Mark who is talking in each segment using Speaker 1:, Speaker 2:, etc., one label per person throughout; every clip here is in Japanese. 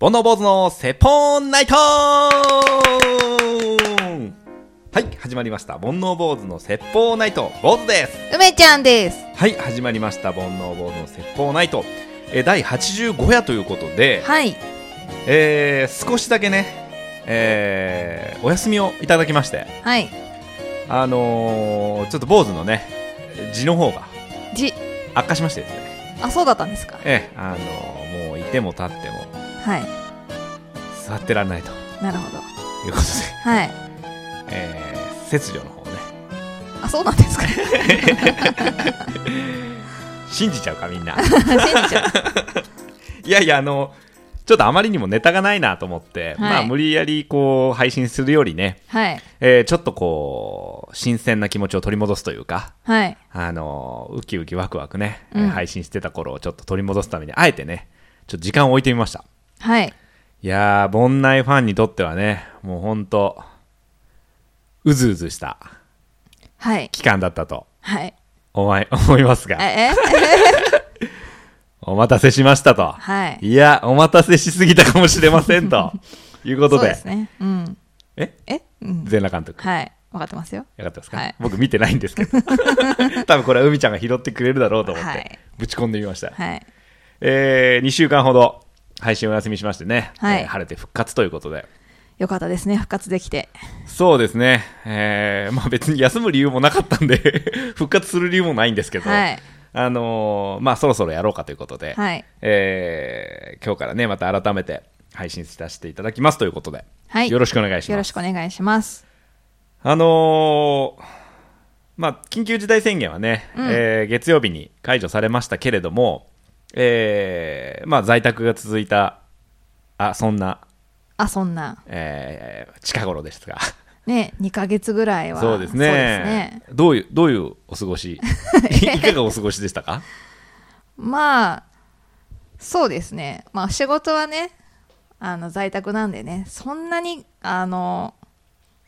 Speaker 1: 煩悩坊主のセポンナイトはい、始まりました。煩悩坊主の説法ナイト、坊主です。
Speaker 2: 梅ちゃんです。
Speaker 1: はい、始まりました。煩悩坊主の説法ナイト。えー、第85夜ということで、
Speaker 2: はい。
Speaker 1: えー、少しだけね、えー、お休みをいただきまして、
Speaker 2: はい。
Speaker 1: あのー、ちょっと坊主のね、字の方が
Speaker 2: じ、
Speaker 1: 悪化しましてですね、
Speaker 2: あ、そうだったんですか
Speaker 1: ええあのー、もういても立っても
Speaker 2: はい。
Speaker 1: 座ってらんないと
Speaker 2: なるほど。
Speaker 1: いうこと
Speaker 2: はい。
Speaker 1: で、えー、切除の方をね、
Speaker 2: あ、そうなん ですか信
Speaker 1: 信じちゃうかみんな
Speaker 2: じちゃう。
Speaker 1: いやいやあのちょっとあまりにもネタがないなと思って、まあ無理やりこう配信するよりね、
Speaker 2: はい。
Speaker 1: えーちょっとこう新鮮な気持ちを取り戻すというか
Speaker 2: はい。
Speaker 1: あのウキウキワクワクね、
Speaker 2: うん
Speaker 1: 配信してた頃をちょっと取り戻すためにあえてねちょっと時間を置いてみました
Speaker 2: はい。
Speaker 1: いやー盆内ファンにとってはねもうほんとうずうずした
Speaker 2: はい。
Speaker 1: 期間だったと
Speaker 2: はい。
Speaker 1: 思い 思います
Speaker 2: え、
Speaker 1: が
Speaker 2: え
Speaker 1: お待たせしましたと
Speaker 2: はい。
Speaker 1: いや、お待たせしすぎたかもしれませんということ
Speaker 2: そう
Speaker 1: で、
Speaker 2: ですね。うん。
Speaker 1: え
Speaker 2: えうん。
Speaker 1: 全裸監督、
Speaker 2: はい。わかってますよ。
Speaker 1: よかったですか、
Speaker 2: はい
Speaker 1: 僕見てないんですけ ど、多分これは海ちゃんが拾ってくれるだろうと思っ
Speaker 2: はい
Speaker 1: て、ぶち込んでみました。
Speaker 2: はい。
Speaker 1: えー、2週間ほど配信お休みしましてね、
Speaker 2: はい
Speaker 1: えー晴れて復活ということで、
Speaker 2: よかったですね。復活できて。
Speaker 1: そうですね、えーまあ、別に休む理由もなかったんで、 復活する理由もないんですけど、
Speaker 2: はい
Speaker 1: あのーまあ、そろそろやろうかということで、
Speaker 2: はい
Speaker 1: えー今日からね、また改めて配信させていただきますということで、
Speaker 2: はい
Speaker 1: よろしくお願いします。
Speaker 2: よろしくお願いします。
Speaker 1: あのーまあ、緊急事態宣言はね、
Speaker 2: うん
Speaker 1: えー月曜日に解除されましたけれども、えーまあ、在宅が続いた、あそんな、
Speaker 2: あ、そんな。
Speaker 1: えー近頃ですが、
Speaker 2: ね、2ヶ月ぐらいは。
Speaker 1: そうですねどういう、どういうお過ごし、いかがお過ごしでしたか
Speaker 2: まあ、そうですね。まあ、仕事はね、あの、在宅なんでね、そんなに、あの、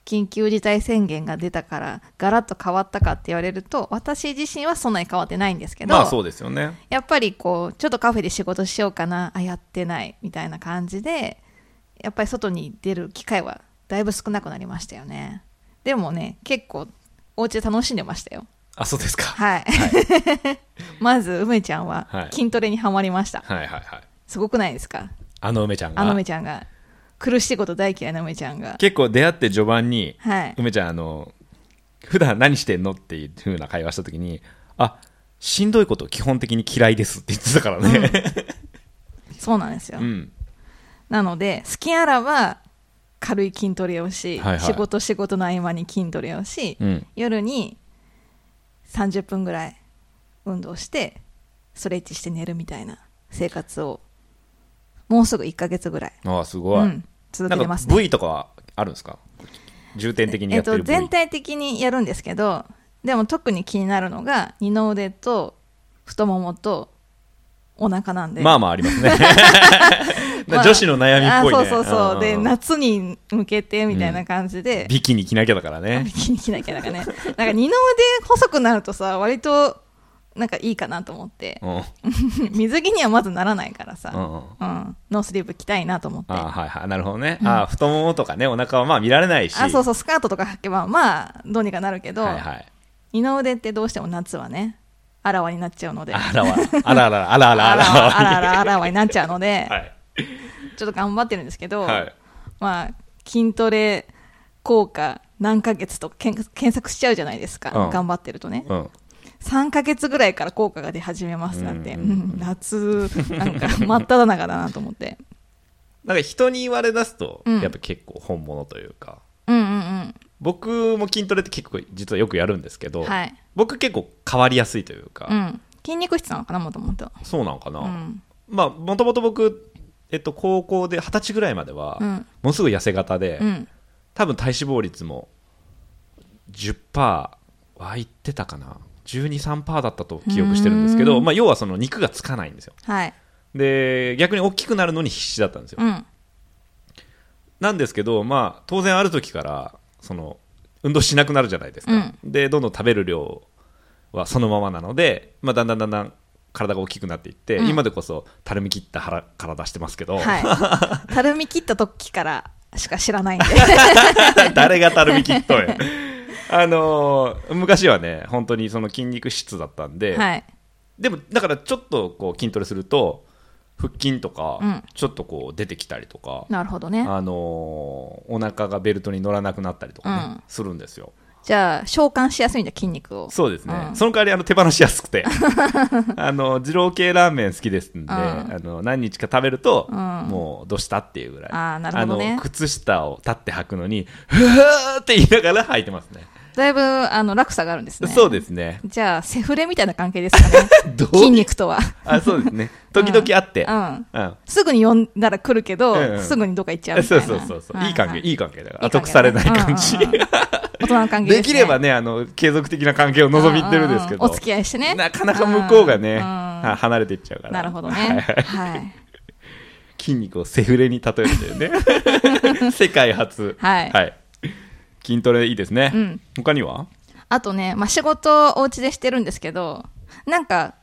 Speaker 2: 緊急事態宣言が出たから、ガラッと変わったかって言われると、私自身はそんなに変わってないんですけど、
Speaker 1: まあそうですよね。
Speaker 2: やっぱりこう、ちょっとカフェで仕事しようかな、あ、やってない、みたいな感じで、やっぱり外に出る機会はだいぶ少なくなりましたよね。でもね、結構、お家で楽しんでましたよ。
Speaker 1: あ、そうですか。
Speaker 2: はい。まず、梅ちゃんは
Speaker 1: はい
Speaker 2: 筋トレにはまりました。
Speaker 1: はいはいはい。
Speaker 2: すごくないですか
Speaker 1: あの梅ちゃん
Speaker 2: あの
Speaker 1: が
Speaker 2: 梅、ちゃんが。苦しいこと大嫌いな梅ちゃんが。
Speaker 1: 結構出会って序盤に、
Speaker 2: はい。
Speaker 1: 梅ちゃんあの普段何してんのっていうふうな会話した時にあしんどいこと基本的に嫌いですって言ってたからね、
Speaker 2: そうなんですよ。
Speaker 1: うん、
Speaker 2: なので、好きあらば軽い筋トレをし、
Speaker 1: はいはい
Speaker 2: 仕事仕事の合間に筋トレをし、
Speaker 1: うん
Speaker 2: 夜に30分ぐらい運動して、ストレッチして寝るみたいな生活を、もうすぐ1ヶ月ぐらい、
Speaker 1: ああすごい、
Speaker 2: うん、続
Speaker 1: な
Speaker 2: け
Speaker 1: ん
Speaker 2: て
Speaker 1: か
Speaker 2: ますね。
Speaker 1: 部位とかはあるんですか重点的に
Speaker 2: え
Speaker 1: やっ
Speaker 2: っ
Speaker 1: てる
Speaker 2: と、
Speaker 1: 部位、
Speaker 2: 全体的にやるんですけどでも特に気になるのが二の腕と太ももとお腹なんで
Speaker 1: まあまああります ね
Speaker 2: まあ
Speaker 1: 女子の悩みっぽいね
Speaker 2: あそうそうそ
Speaker 1: ん
Speaker 2: う、
Speaker 1: んん
Speaker 2: で夏に向けてみたいな感じで、
Speaker 1: ビキニ着なきゃだからね
Speaker 2: ビキニ着なきゃだからねなんか二の腕細くなるとさ割となんかいいかなと思って
Speaker 1: うん、うん
Speaker 2: 水着にはまずならないからさ、
Speaker 1: う
Speaker 2: うん
Speaker 1: んうん
Speaker 2: ノースリーブ着たいなと思って
Speaker 1: あ
Speaker 2: あ
Speaker 1: はいはいなるほどね、あ太ももとかねお腹はまあ見られないし
Speaker 2: そうそうスカートとか履けばまあどうにかなるけど、
Speaker 1: はいはい
Speaker 2: 二の腕ってどうしても夏はねあらわになっちゃうので
Speaker 1: あらわあらあらあらあ
Speaker 2: あ
Speaker 1: ら
Speaker 2: ら
Speaker 1: あら
Speaker 2: あらあらあらあらわになっちゃうので、
Speaker 1: はい
Speaker 2: ちょっと頑張ってるんですけど、
Speaker 1: はい
Speaker 2: まあ、筋トレ効果何ヶ月とかけん検索しちゃうじゃないですか、
Speaker 1: うん
Speaker 2: 頑張ってるとね
Speaker 1: うん
Speaker 2: 3ヶ月ぐらいから効果が出始めますなんて、
Speaker 1: う
Speaker 2: うんん
Speaker 1: うんうん
Speaker 2: 夏なんか真っ只中だなと思って
Speaker 1: なんか人に言われ出すと、
Speaker 2: うん
Speaker 1: やっぱ結構本物というか、
Speaker 2: うんうんうん
Speaker 1: 僕も筋トレって結構実はよくやるんですけど、
Speaker 2: はい、
Speaker 1: 僕結構変わりやすいというか、
Speaker 2: うん、筋肉質なのかなもともと
Speaker 1: そうなんかな、
Speaker 2: うん
Speaker 1: まあもともと僕、えっと、高校で二十歳ぐらいまでは、
Speaker 2: うん
Speaker 1: もうすぐ痩せ型で、
Speaker 2: うん
Speaker 1: 多分体脂肪率も10%はいってたかな123%だったと記憶してるんですけど、
Speaker 2: うん
Speaker 1: まあ、要はその肉がつかないんですよ
Speaker 2: はい
Speaker 1: で逆に大きくなるのに必死だったんですよ
Speaker 2: うん
Speaker 1: なんですけど、まあ、当然ある時からその運動しなくなるじゃないですか、でどんどん食べる量はそのままなので、まあ、だんだんだんだん体が大きくなっていって、
Speaker 2: うん
Speaker 1: 今でこそたるみ切った腹体してますけど、
Speaker 2: はい。たるみ切った時からしか知らないんで。
Speaker 1: 誰がたるみ切っとんや あのー昔はね本当にその筋肉質だったんで、
Speaker 2: はい。
Speaker 1: でもだからちょっとこう筋トレすると腹筋とか、
Speaker 2: うん
Speaker 1: ちょっとこう出てきたりとか、
Speaker 2: なるほどね。
Speaker 1: あのーお腹がベルトに乗らなくなったりとかね、
Speaker 2: うん
Speaker 1: するんですよ
Speaker 2: じゃあ、召喚しやすいんだ、筋肉を。
Speaker 1: そうですね、
Speaker 2: うん
Speaker 1: その代わりあの手放しやすく てあの二郎系ラーメン好きですんで、
Speaker 2: うん
Speaker 1: あの何日か食べると、
Speaker 2: うん
Speaker 1: もうどうしたっていうぐらい
Speaker 2: あーなるほどね
Speaker 1: あの靴下を立って履くのに「ふわー」って言いながら履いてますね
Speaker 2: だいぶ、あの、落差があるんですね。
Speaker 1: そうですね
Speaker 2: じゃあ、セフレみたいな関係で すかね。
Speaker 1: どう
Speaker 2: 筋肉とは。
Speaker 1: あそうですね時々あって、
Speaker 2: う
Speaker 1: うん
Speaker 2: ん。すぐに呼んだら来るけど、
Speaker 1: うんうん
Speaker 2: すぐにどっか行っちゃうみたい
Speaker 1: そう
Speaker 2: な。
Speaker 1: そうそうそう、いい関係、いい関係だから、
Speaker 2: いい関係だね
Speaker 1: 得されない感じ。
Speaker 2: うんうんうん大人の関係
Speaker 1: です
Speaker 2: ね
Speaker 1: きればね、あの、継続的な関係を望みってるんですけ
Speaker 2: う
Speaker 1: ど、
Speaker 2: ううんお付き合いしてね。
Speaker 1: なかなか向こうがね、
Speaker 2: うんうん
Speaker 1: は離れていっちゃうから。
Speaker 2: なるほど
Speaker 1: はい
Speaker 2: ね。はい。
Speaker 1: 筋肉をセフレに例えるというね。 世界初。
Speaker 2: はい
Speaker 1: 筋トレいいですね。
Speaker 2: うん
Speaker 1: 他には
Speaker 2: あとね、まあ、仕事をお家でしてるんですけど、なんか、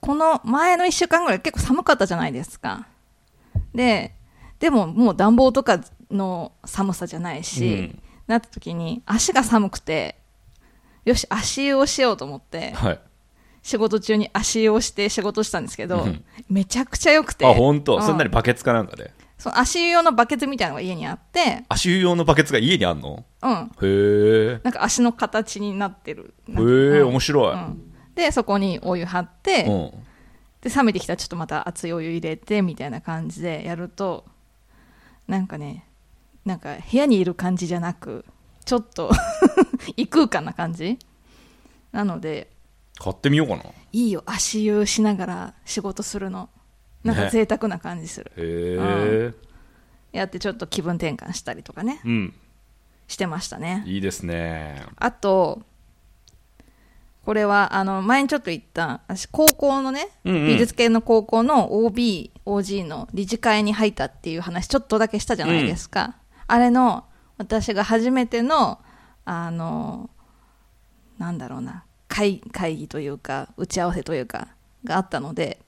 Speaker 2: この前の1週間ぐらい結構寒かったじゃないですか。で、でももう暖房とかの寒さじゃないし、
Speaker 1: うん
Speaker 2: なった時に足が寒くて、よし、足湯をしようと思って、
Speaker 1: はい。
Speaker 2: 仕事中に足湯をして仕事したんですけど、
Speaker 1: うん
Speaker 2: めちゃくちゃ良くて。
Speaker 1: あ、本当、
Speaker 2: うん
Speaker 1: そんなにバケツかなんかで。
Speaker 2: その足湯用のバケツみたいなのが家にあって、
Speaker 1: 足湯用のバケツが家にあんの
Speaker 2: うん。
Speaker 1: へえ。
Speaker 2: なんか足の形になってる。
Speaker 1: へ
Speaker 2: なんか
Speaker 1: え、
Speaker 2: うん
Speaker 1: 面白い。
Speaker 2: うんでそこにお湯張って、
Speaker 1: うん
Speaker 2: で冷めてきたらちょっとまた熱いお湯入れてみたいな感じでやるとなんかねなんか部屋にいる感じじゃなくちょっと 異空間な感じなので
Speaker 1: 買ってみようかな。
Speaker 2: いいよ足湯しながら仕事するのなんか
Speaker 1: ね
Speaker 2: 贅沢な感じする、
Speaker 1: へえ。
Speaker 2: やってちょっと気分転換したりとかね
Speaker 1: うん。
Speaker 2: してましたね
Speaker 1: いいですね。
Speaker 2: あと、これは、あの、前にちょっと言った、私、高校のね、
Speaker 1: うんうん
Speaker 2: 美術系の高校の OB、OG の理事会に入ったっていう話、ちょっとだけしたじゃないですか。あれの、私が初めての、あの、なんだろうな、会会議というか、打ち合わせというか、があったので、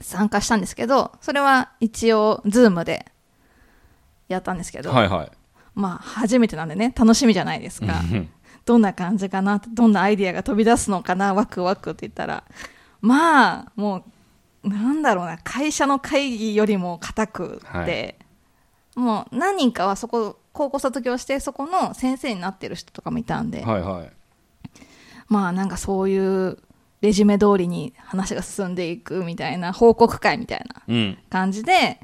Speaker 2: 参加したんですけど、それは一応、ズームでやったんですけど、
Speaker 1: はいはい。
Speaker 2: まあ、初めてなんでね、楽しみじゃないですか。どんな感じかなどんなアイディアが飛び出すのかなワクワクって言ったらまあもうなんだろうな会社の会議よりも硬くって、もう何人かはそこ高校卒業してそこの先生になってる人とかもいたんで、
Speaker 1: はいはい。
Speaker 2: まあなんかそういうレジュメ通りに話が進んでいくみたいな報告会みたいな
Speaker 1: うん。
Speaker 2: 感じで、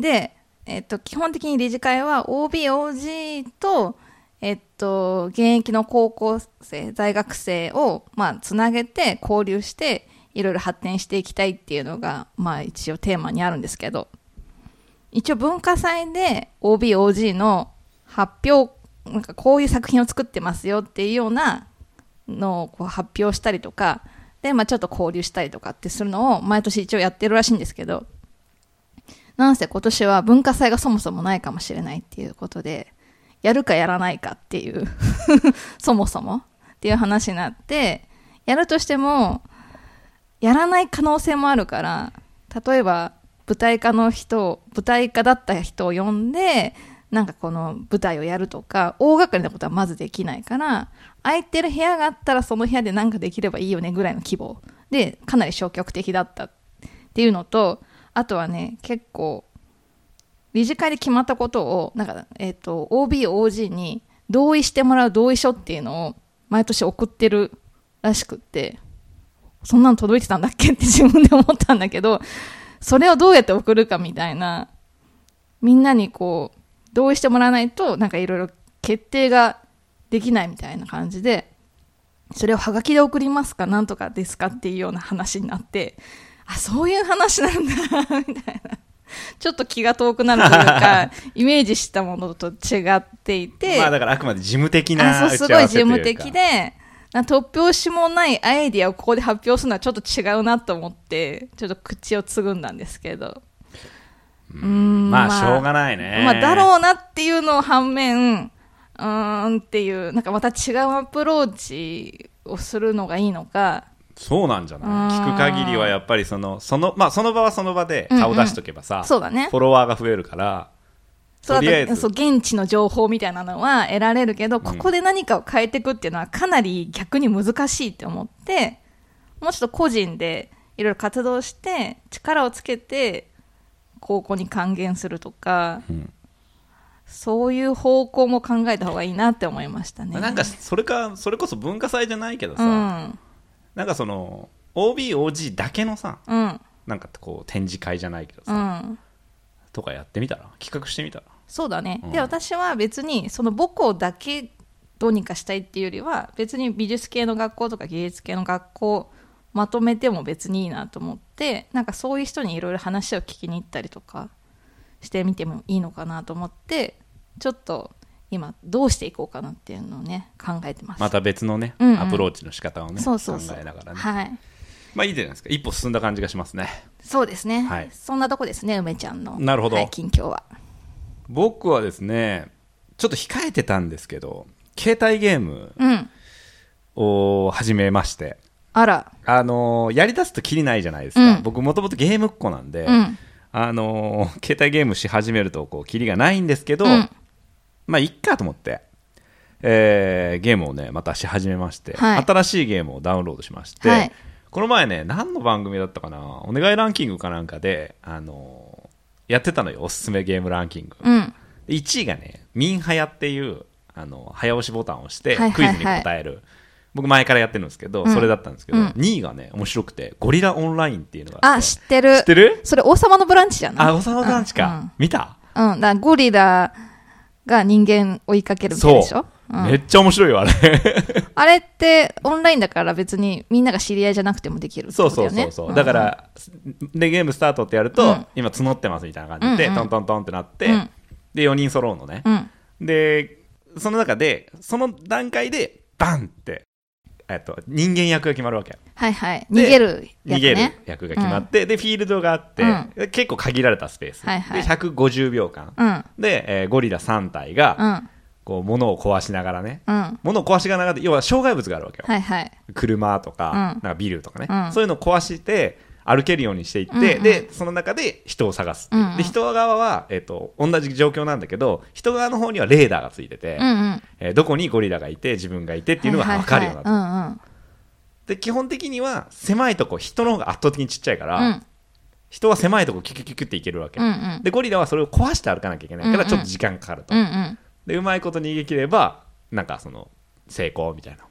Speaker 2: で、えっと、基本的に理事会は OB、OG と、えっと、現役の高校生、大学生を、まあ、つなげて交流して、いろいろ発展していきたいっていうのが、まあ、一応テーマにあるんですけど、一応文化祭で OB、OG の発表、なんかこういう作品を作ってますよっていうようなのをこう発表したりとか、で、まあちょっと交流したりとかってするのを毎年一応やってるらしいんですけど、なんせ今年は文化祭がそもそもないかもしれないっていうことで、やるかやらないかっていう、 そもそもっていう話になって、やるとしても、やらない可能性もあるから、例えば舞台化の人を、舞台化だった人を呼んで、なんかこの舞台をやるとか、大掛かりなことはまずできないから、空いてる部屋があったらその部屋でなんかできればいいよねぐらいの規模で、かなり消極的だったっていうのとあとはね結構理事会で決まったことをなんか、えっと OBOG に同意してもらう同意書っていうのを毎年送ってるらしくってそんなの届いてたんだっけって自分で思ったんだけどそれをどうやって送るかみたいなみんなにこう同意してもらわないとなんかいろいろ決定ができないみたいな感じでそれをハガキで送りますかなんとかですかっていうような話になってあそういう話なんだみたいなちょっと気が遠くなるとい うかイメージしたものと違っていて、
Speaker 1: まあだからあくまで事務的
Speaker 2: あ
Speaker 1: な
Speaker 2: そ
Speaker 1: 打ち
Speaker 2: うすご
Speaker 1: 合
Speaker 2: い
Speaker 1: わ
Speaker 2: 事
Speaker 1: せというか
Speaker 2: 務的でな突拍子もないアイディアをここで発表するのはちょっと違うなと思ってちょっと口をつぐんだんですけどうーん
Speaker 1: まあしょうがないね
Speaker 2: まあだろうなっていうのを反面うーんっていうなんかまた違うアプローチをするのがいいのか
Speaker 1: そうなんじゃない
Speaker 2: うん
Speaker 1: 聞く限りはやっぱりそのその,、まあ、その場はその場で顔出しとけばさ、
Speaker 2: そうだね
Speaker 1: フォロワーが増えるから
Speaker 2: そう
Speaker 1: とりあえ
Speaker 2: だ
Speaker 1: ず
Speaker 2: とそう現地の情報みたいなのは得られるけど、ここで何かを変えていくっていうのはかなり逆に難しいって思ってもうちょっと個人でいろいろ活動して力をつけて高校に還元するとか、
Speaker 1: うん
Speaker 2: そういう方向も考えた方がいいなって思いましたね。
Speaker 1: なんかそれかそれこそ文化祭じゃないけど
Speaker 2: う
Speaker 1: さ、
Speaker 2: ん
Speaker 1: なんかその OBOG だけのさ
Speaker 2: うん
Speaker 1: なんかこう展示会じゃないけど
Speaker 2: う
Speaker 1: さ、
Speaker 2: ん
Speaker 1: とかやってみたら企画してみたら
Speaker 2: そうだね、
Speaker 1: うん
Speaker 2: で私は別にその母校だけどうにかしたいっていうよりは別に美術系の学校とか芸術系の学校まとめても別にいいなと思ってなんかそういう人にいろいろ話を聞きに行ったりとかしてみてもいいのかなと思ってちょっと今どうしていこうかなっていうのをね考えてます。
Speaker 1: また別のね、
Speaker 2: うんうん
Speaker 1: アプローチの仕方をね
Speaker 2: そうそうそう
Speaker 1: 考えながらね、
Speaker 2: はい
Speaker 1: まあいいじゃないですか一歩進んだ感じがしますね
Speaker 2: そうですね、
Speaker 1: はい
Speaker 2: そんなとこですね梅ちゃんの
Speaker 1: なるほど
Speaker 2: はい近況は
Speaker 1: 僕はですねちょっと控えてたんですけど携帯ゲーム
Speaker 2: うん
Speaker 1: を始めまして
Speaker 2: あら
Speaker 1: あのーやりだすときりないじゃないですか、
Speaker 2: うん
Speaker 1: 僕もともとゲームっ子なんで、
Speaker 2: うん
Speaker 1: あのー携帯ゲームし始めるとこうきりがないんですけど、
Speaker 2: うん
Speaker 1: まあいっかと思って、えーゲームをねまたし始めまして、
Speaker 2: はい
Speaker 1: 新しいゲームをダウンロードしまして、
Speaker 2: はい
Speaker 1: この前ね何の番組だったかなお願いランキングかなんかで、あのーやってたのよおすすめゲームランキング、
Speaker 2: うん
Speaker 1: で1位がね「ミンハヤ」っていうあの早押しボタンを押して
Speaker 2: はいは
Speaker 1: ク
Speaker 2: い
Speaker 1: イ
Speaker 2: はい
Speaker 1: ズに答える、僕前からやってるんですけど、
Speaker 2: うん
Speaker 1: それだったんですけど、
Speaker 2: うん
Speaker 1: 2位がね面白くて「ゴリラオンライン」っていうのがあっ
Speaker 2: あ
Speaker 1: て
Speaker 2: 知ってる
Speaker 1: 知ってる
Speaker 2: それ王様のブランチじゃない
Speaker 1: あおさま団地か、
Speaker 2: うんうん
Speaker 1: 見た
Speaker 2: うん、だからゴリラが人間追いかけるみたいでしょ、う
Speaker 1: め
Speaker 2: ん、
Speaker 1: っちゃ面白いよあれ
Speaker 2: あれってオンラインだから別にみんなが知り合いじゃなくてもできるって
Speaker 1: そ
Speaker 2: こ
Speaker 1: う
Speaker 2: と だ
Speaker 1: そう
Speaker 2: よね
Speaker 1: そうそう、だか、らでゲームスタートってやると、
Speaker 2: うん
Speaker 1: 今募ってますみたいな感じで、
Speaker 2: うんうん
Speaker 1: トントントンってなって、
Speaker 2: うん
Speaker 1: で4人揃うのね
Speaker 2: う、んうん
Speaker 1: でその中でその段階でバンってえっと人間役が決まるわけ
Speaker 2: はいはい逃
Speaker 1: で
Speaker 2: げるや
Speaker 1: 逃
Speaker 2: つ
Speaker 1: げる
Speaker 2: ね
Speaker 1: 役が決まって、でフィールドがあって、
Speaker 2: うん
Speaker 1: で結構限られたスペース、
Speaker 2: はいはい
Speaker 1: で150秒間、
Speaker 2: うんうん
Speaker 1: で、えーゴリラ3体が、こう物を壊しながらね
Speaker 2: うん
Speaker 1: 物を壊しながらで要は障害物があるわけよ、
Speaker 2: はいはい
Speaker 1: 車とか,、
Speaker 2: うん
Speaker 1: なんかビルとかね、
Speaker 2: うん
Speaker 1: そういうのを壊して歩けるようにしていって、
Speaker 2: うんうん
Speaker 1: でその中で人を探すっていう、
Speaker 2: うんうん
Speaker 1: で人側は、えっと同じ状況なんだけど人側の方にはレーダーがついてて、
Speaker 2: うんうんっ
Speaker 1: えーどこにゴリラがいて自分がいてっていうのが分かるようになってる、
Speaker 2: な
Speaker 1: で基本的には狭いとこ人の方が圧倒的にちっちゃいから、
Speaker 2: うんうん
Speaker 1: 人は狭いとこキュキュキュキュっていけるわけ、
Speaker 2: うんうん
Speaker 1: でゴリラはそれを壊して歩かなきゃいけないか
Speaker 2: うん
Speaker 1: ら
Speaker 2: うん
Speaker 1: ちょっと時間かかると、
Speaker 2: うんうん
Speaker 1: でうまいこと逃げ切ればなんかその成功みたいな、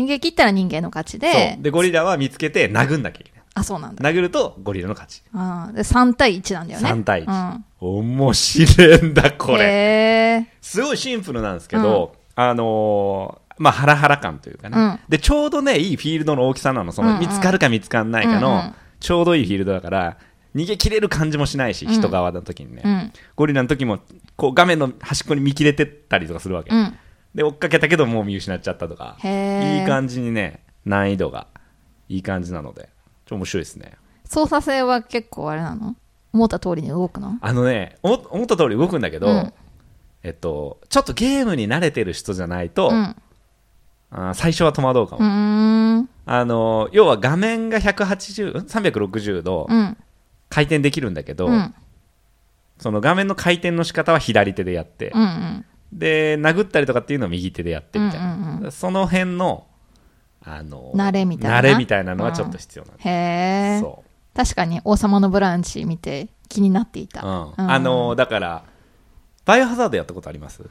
Speaker 2: 逃げ切ったら人間の勝ちで
Speaker 1: そうでゴリラは見つけて殴んなきゃいけ
Speaker 2: あそうなんだ
Speaker 1: ない殴るとゴリラの勝ち
Speaker 2: あーで3対1なんだよね
Speaker 1: 3対
Speaker 2: 1
Speaker 1: 1、面白いんだこれ
Speaker 2: れ
Speaker 1: すごいシンプルなんですけど、あのーまあ、ハラハラ感というかね、
Speaker 2: うん
Speaker 1: でちょうどねいいフィールドの大きさなのその、
Speaker 2: うんうん
Speaker 1: 見つかるか見つかんないかの、
Speaker 2: うんうん
Speaker 1: ちょうどいいフィールドだから逃げ切れる感じもしないし、人側の時にね、
Speaker 2: うん
Speaker 1: ゴリラの時もこう画面の端っこに見切れてったりとかするわけ、
Speaker 2: うん
Speaker 1: で追っかけたけどもう見失っちゃったとか
Speaker 2: へー
Speaker 1: いい感じにね難易度がいい感じなのでちょっと面白いですね
Speaker 2: 操作性は結構あれなの思った通りに動くの
Speaker 1: あのね思思った通り動くんだけど、
Speaker 2: うん
Speaker 1: えっと、ちょっとゲームに慣れてる人じゃないと、
Speaker 2: うん
Speaker 1: あー最初は戸惑うかも、
Speaker 2: うーん
Speaker 1: あの要は画面が180ん360度
Speaker 2: うん
Speaker 1: 回転できるんだけど、
Speaker 2: うん
Speaker 1: その画面の回転の仕方は左手でやって、
Speaker 2: うんうん
Speaker 1: で殴ったりとかっていうのを右手でやってみたいな、
Speaker 2: うんうん
Speaker 1: その辺のあの
Speaker 2: 慣れみたいな
Speaker 1: 慣れみたいなのはちょっと必要なんです、
Speaker 2: へえ
Speaker 1: そう
Speaker 2: 確かに「王様のブランチ」見て気になっていた、
Speaker 1: うん
Speaker 2: うん
Speaker 1: あのだからバイオハザードやったことあります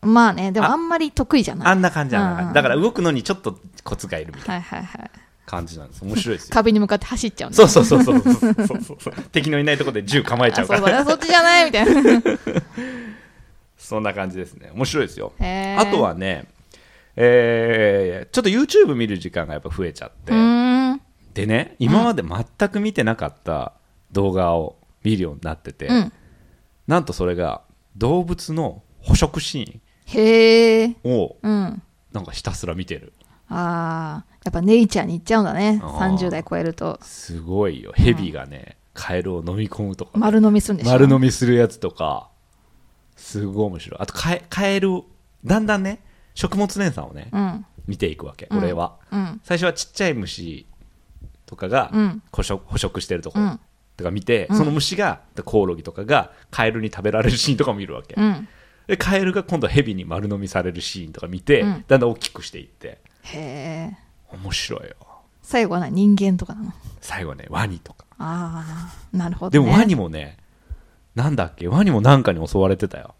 Speaker 2: まあねでも
Speaker 1: あ
Speaker 2: あんまり得意じゃない
Speaker 1: あんな感じあんな感
Speaker 2: う
Speaker 1: じ
Speaker 2: ん
Speaker 1: だから動くのにちょっとコツがいるみたいな
Speaker 2: はいはいはい
Speaker 1: 感じなんです面白いですよ
Speaker 2: 壁に向かって走っちゃうんだ
Speaker 1: そうそうそうそうそうそうそうそう敵のいないところで銃構えちゃ
Speaker 2: あ
Speaker 1: う
Speaker 2: そ
Speaker 1: か
Speaker 2: うだ
Speaker 1: ら
Speaker 2: ねそっちじゃないみた いな
Speaker 1: そんな感じですね面白いですよ
Speaker 2: へー
Speaker 1: あとはねえーちょっと YouTube 見る時間がやっぱ増えちゃっ
Speaker 2: う
Speaker 1: て
Speaker 2: ーん
Speaker 1: でね今まで全く見てなかった動画を見るようになってて
Speaker 2: うん
Speaker 1: なんとそれが動物の捕食シ
Speaker 2: へえ
Speaker 1: ーンを
Speaker 2: うん
Speaker 1: なんかひたすら見てる
Speaker 2: あーやっぱネイチャーに行っちゃうんだね
Speaker 1: あー
Speaker 2: 30代超えると
Speaker 1: すごいよヘビがねカエルを飲み込むとかね
Speaker 2: 丸飲みするんでしょ
Speaker 1: 丸飲みするやつとかすごい面白いあとカエカエルをだんだんね食物連鎖をね
Speaker 2: うん
Speaker 1: 見ていくわけ、
Speaker 2: うん
Speaker 1: 俺は
Speaker 2: うん
Speaker 1: 最初はちっちゃい虫とかが
Speaker 2: うん
Speaker 1: 捕食捕食してるとこ
Speaker 2: う
Speaker 1: ろ、
Speaker 2: ん
Speaker 1: とか見て、その虫がコオロギとかがカエルに食べられるシーンとかも見るわけ、
Speaker 2: うん
Speaker 1: でカエルが今度ヘビに丸飲みされるシーンとか見て、
Speaker 2: うん
Speaker 1: だんだん大きくしていって
Speaker 2: へえ
Speaker 1: 面白いよ
Speaker 2: 最後はな人間とかなの
Speaker 1: 最後ねワニとか
Speaker 2: ああなるほ
Speaker 1: で
Speaker 2: ど、ね、
Speaker 1: もワニもねなんだっけワニもなんかに襲われてたよ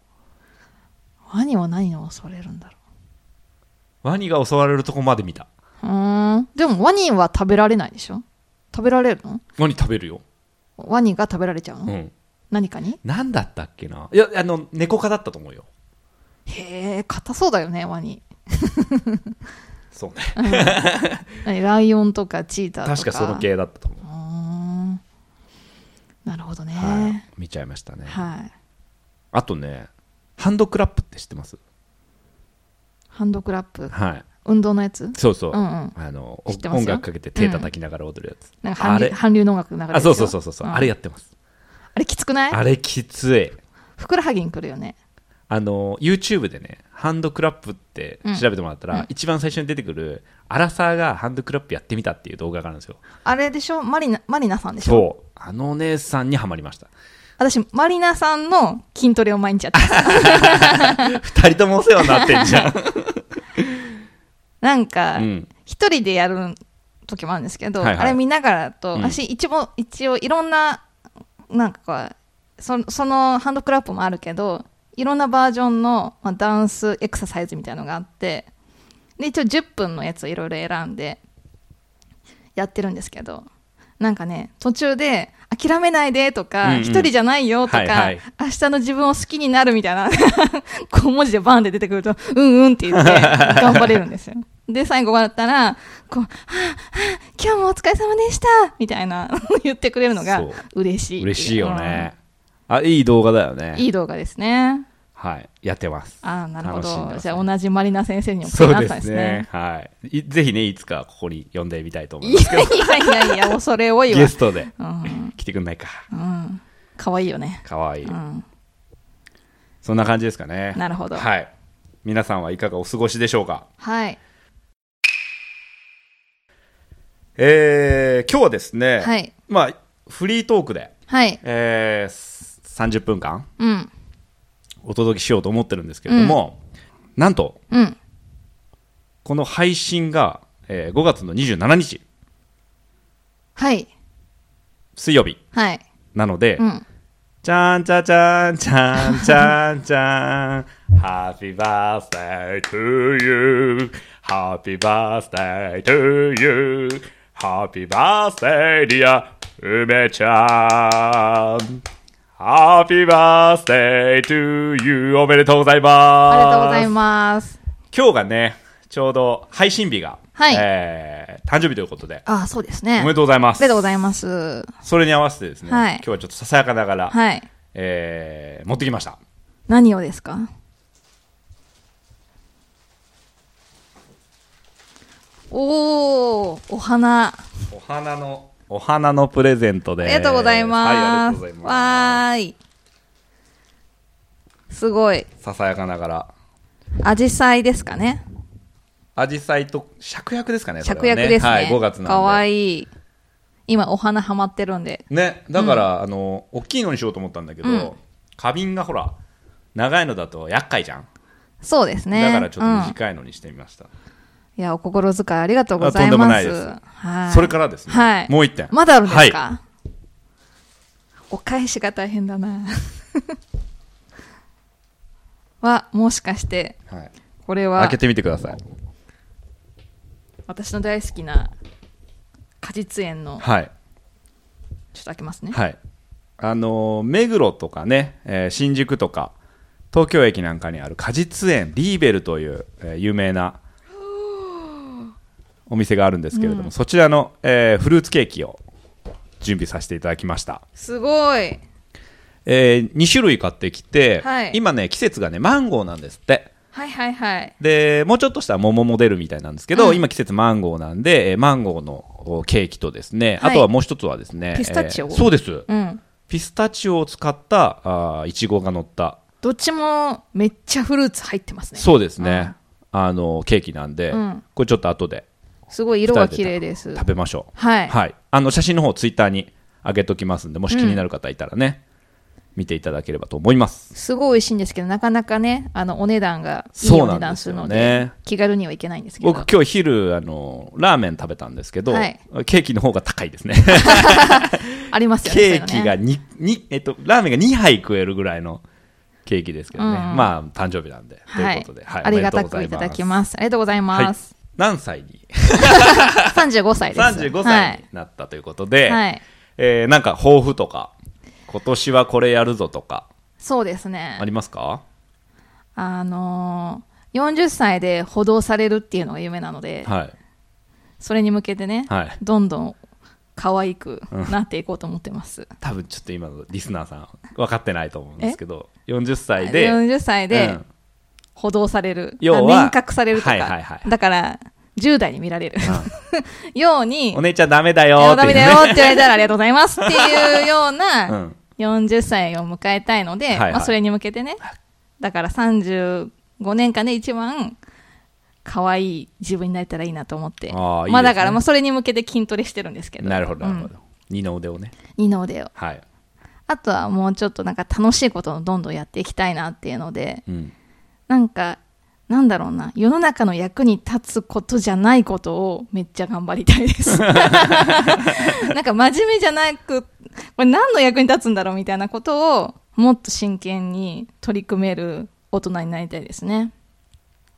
Speaker 2: ワニは何を恐れるんだろ
Speaker 1: ワニが襲われるとこまで見た
Speaker 2: ううーんでもワニは食べられないでしょ食べられるの
Speaker 1: ワニ食べるよ
Speaker 2: ワニが食べられちゃうの、
Speaker 1: うん
Speaker 2: 何かに
Speaker 1: なんだったっけないやあの猫科だったと思うよ
Speaker 2: へえ硬そうだよねワニ
Speaker 1: そうね
Speaker 2: 何ライオンとかチーターとか
Speaker 1: 確かその系だったと思
Speaker 2: うーんなるほどね
Speaker 1: う、はい、見ちゃいましたね、
Speaker 2: はい
Speaker 1: あとねハンドクラップって知ってます
Speaker 2: ハンドクラップ
Speaker 1: はい
Speaker 2: 運動のやつ
Speaker 1: そうそう、
Speaker 2: うんうん
Speaker 1: あの
Speaker 2: 知ってますよ
Speaker 1: 音楽かけて手叩きながら踊るやつ、
Speaker 2: なんか
Speaker 1: あ
Speaker 2: 韓流
Speaker 1: れ
Speaker 2: 韓流の音楽流れてる
Speaker 1: あそうそうそうそう、
Speaker 2: ん
Speaker 1: あれやってます
Speaker 2: あれきつくない
Speaker 1: あれきつい
Speaker 2: ふくらはぎにくるよね
Speaker 1: あの YouTube でねハンドクラップって調べてもらったら、
Speaker 2: うん
Speaker 1: 一番最初に出てくるアラサーがハンドクラップやってみたっていう動画があるんですよ
Speaker 2: あれでしょマリナマリナさんでしょ
Speaker 1: そうあのお姉さんにはまりました
Speaker 2: 私マリナさんの筋トレを毎日やって ます
Speaker 1: 二人ともお世話になってんじゃ ん、
Speaker 2: なんか
Speaker 1: うん、
Speaker 2: 一人でやる時もあるんですけど、
Speaker 1: はいはい
Speaker 2: あれ見ながらと、
Speaker 1: うん
Speaker 2: 私一応一応いろんななんかこうそそのハンドクラップもあるけどいろんなバージョンの、まあ、ダンスエクササイズみたいのがあってで一応10分のやつをいろいろ選んでやってるんですけどなんかね途中で諦めないでと
Speaker 1: うんう
Speaker 2: か
Speaker 1: ん
Speaker 2: 一、人じゃないよとか、
Speaker 1: はいはい
Speaker 2: 明日の自分を好きになるみたいな こう文字でバーンって出てくるとうんうんって 言って頑張れるんですよで最後終わったらこうはあはあ今日もお疲れ様でしたみたいな 言ってくれるのが
Speaker 1: そう
Speaker 2: 嬉しい
Speaker 1: 嬉しいよね、あいい動画だよね
Speaker 2: うんいい動画ですね
Speaker 1: はいやってます
Speaker 2: ああなるほ
Speaker 1: 楽しんでます
Speaker 2: ど
Speaker 1: ね
Speaker 2: じゃあ同じマリナ先生にも気
Speaker 1: そ
Speaker 2: に
Speaker 1: う
Speaker 2: なっ
Speaker 1: で
Speaker 2: たんですす
Speaker 1: ね
Speaker 2: ね
Speaker 1: はいいぜひねいつかここに呼んでみたいと思い
Speaker 2: い
Speaker 1: ますけど
Speaker 2: やいやいやいや恐れ多い
Speaker 1: ゲ
Speaker 2: わ
Speaker 1: ストで
Speaker 2: うん
Speaker 1: 来てくんないか
Speaker 2: うん可愛いよね
Speaker 1: かわいい、
Speaker 2: うん
Speaker 1: そんな感じですかね
Speaker 2: なるほど
Speaker 1: はい皆さんはいかがお過ごしでしょうか
Speaker 2: はい
Speaker 1: えー今日はですね、
Speaker 2: はい
Speaker 1: まあフリートークで、
Speaker 2: はい
Speaker 1: えー30分間
Speaker 2: うん
Speaker 1: お届けしようと思ってるんですけれども、なんと
Speaker 2: うん
Speaker 1: この配信が、えー5月の27日
Speaker 2: はい
Speaker 1: 水曜日
Speaker 2: はい
Speaker 1: なので、
Speaker 2: うん
Speaker 1: じゃんじゃじゃんじゃんじゃんじゃ ん。Happy birthday to you.Happy birthday to you.Happy birthday dear 梅ちゃん。Happy birthday to you. おめでとうございます。
Speaker 2: ありがとうございます
Speaker 1: 今日がね、ちょうど配信日が、
Speaker 2: はい
Speaker 1: えー誕生日ということで、
Speaker 2: ああそうですね
Speaker 1: おめでとうございます。
Speaker 2: ありがとうございます
Speaker 1: それに合わせてですね、
Speaker 2: はい
Speaker 1: 今日はちょっとささやかながら、
Speaker 2: はい
Speaker 1: えー持ってきました。
Speaker 2: 何をですかおおお花
Speaker 1: お花のお花のプレゼントで
Speaker 2: あ
Speaker 1: す
Speaker 2: りがとうございます、
Speaker 1: はい、ありがとうございま
Speaker 2: わーいすごい
Speaker 1: す。ささやかながら。
Speaker 2: アジサイですかね
Speaker 1: 紫陽花と芍薬ですかね。それは
Speaker 2: 芍薬ですね
Speaker 1: はい、5月なんで。
Speaker 2: かわいい今お花ハマってるんで
Speaker 1: ね、だから、あの、大きいのにしようと思ったんだけど、
Speaker 2: うん
Speaker 1: 花瓶がほら、長いのだと厄介じゃん。
Speaker 2: そうですね
Speaker 1: だからちょっと
Speaker 2: うん
Speaker 1: 短いのにしてみました。
Speaker 2: いやお心遣いありがとうござい
Speaker 1: あとんで
Speaker 2: ます
Speaker 1: もないです
Speaker 2: はい
Speaker 1: それからですね、
Speaker 2: はい
Speaker 1: もう一点。
Speaker 2: まだあるんですか、
Speaker 1: はい
Speaker 2: お返しが大変だな はもしかして
Speaker 1: はい
Speaker 2: これ
Speaker 1: 開
Speaker 2: は
Speaker 1: けてみてください。
Speaker 2: 私の大好きな果実園の
Speaker 1: はい。
Speaker 2: ちょっと開けますね、
Speaker 1: はい。あのー目黒とかね、えー新宿とか、東京駅なんかにある果実園リーベルという、えー有名なお店があるんですけれども、そちらの、えーフルーツケーキを準備させていただきました、
Speaker 2: すごい
Speaker 1: え2種類買ってきて、
Speaker 2: はい
Speaker 1: 今ね季節がねマンゴーなんですって
Speaker 2: はいはいはい
Speaker 1: でもうちょっとしたら桃も出るみたいなんですけど、
Speaker 2: うん
Speaker 1: 今季節マンゴーなんで、えーマンゴーのおケーキとですね、
Speaker 2: はい
Speaker 1: あとはもう一つはですね
Speaker 2: ピスタチオ
Speaker 1: えーそうです
Speaker 2: うん
Speaker 1: ピスタチオを使ったあーいちごが乗った、
Speaker 2: どっちもめっちゃフルーツ入ってますね
Speaker 1: そうですね、あのケーキなんで、
Speaker 2: うん
Speaker 1: これちょっと後です
Speaker 2: ごい色が綺麗です
Speaker 1: 食べましょう
Speaker 2: はい、
Speaker 1: はい、あの写真の方ツイッターに上げときますんでもし気になる方いたらね、見ていただければと思います
Speaker 2: すごい美味しいんですけどなかなかねあのお値段がいい
Speaker 1: そう
Speaker 2: お
Speaker 1: な
Speaker 2: 値
Speaker 1: んで
Speaker 2: 段
Speaker 1: す
Speaker 2: す
Speaker 1: よ
Speaker 2: る
Speaker 1: ね
Speaker 2: ので気軽にはいけないんですけど
Speaker 1: 僕今日昼あのラーメン食べたんですけど、
Speaker 2: はい
Speaker 1: ケーキの方が高いです ね
Speaker 2: ありますよね
Speaker 1: ケー
Speaker 2: そうい
Speaker 1: キ
Speaker 2: うの
Speaker 1: が
Speaker 2: ね
Speaker 1: ににえっと、ラーメンが2杯食えるぐらいのケーキですけどね、
Speaker 2: うん
Speaker 1: まあ誕生日なんで、
Speaker 2: は
Speaker 1: という
Speaker 2: い
Speaker 1: ことで、
Speaker 2: ありがたくいただきますありがとうございます、
Speaker 1: はい、何歳に
Speaker 2: 35歳です
Speaker 1: 35歳になったということで、
Speaker 2: はい、はい、
Speaker 1: えーなんか抱負とか今年はこれやるぞとか
Speaker 2: そうですね
Speaker 1: ありますか、
Speaker 2: あのー、40歳で補導されるっていうのが夢なので、
Speaker 1: はい
Speaker 2: それに向けてね、
Speaker 1: はい
Speaker 2: どんどん可愛くなっていこうと思ってます。
Speaker 1: 多分ちょっと今のリスナーさん分かってないと思うんですけど40歳で
Speaker 2: 40歳
Speaker 1: う
Speaker 2: で
Speaker 1: ん
Speaker 2: 補導される、
Speaker 1: 要は
Speaker 2: 年覚されるとか、
Speaker 1: はいはいはい
Speaker 2: だから10代に見られる、 ように、
Speaker 1: お姉ちゃんダメだよ
Speaker 2: いや
Speaker 1: ーっ
Speaker 2: ダ
Speaker 1: てい
Speaker 2: メ
Speaker 1: うね
Speaker 2: だよって言われたらありがとうございますっていうよう
Speaker 1: う
Speaker 2: なん40歳を迎えたいので、
Speaker 1: はいはい
Speaker 2: まあ、それに向けてね、だから35年間で一番可愛い自分になれたらいいなと思って、
Speaker 1: あーいいですね
Speaker 2: まあだからまあそれに向けて筋トレしてるんですけど、
Speaker 1: なるほどなるほ
Speaker 2: うん
Speaker 1: ど、二の腕をね
Speaker 2: 二の腕を。
Speaker 1: はい、
Speaker 2: あとはもうちょっとなんか楽しいことをどんどんやっていきたいなっていうので、
Speaker 1: うん、
Speaker 2: なんか、なんだろうな、世の中の役に立つことじゃないことをめっちゃ頑張りたいです。なんか真面目じゃなく、これ何の役に立つんだろうみたいなことをもっと真剣に取り組める大人になりたいですね。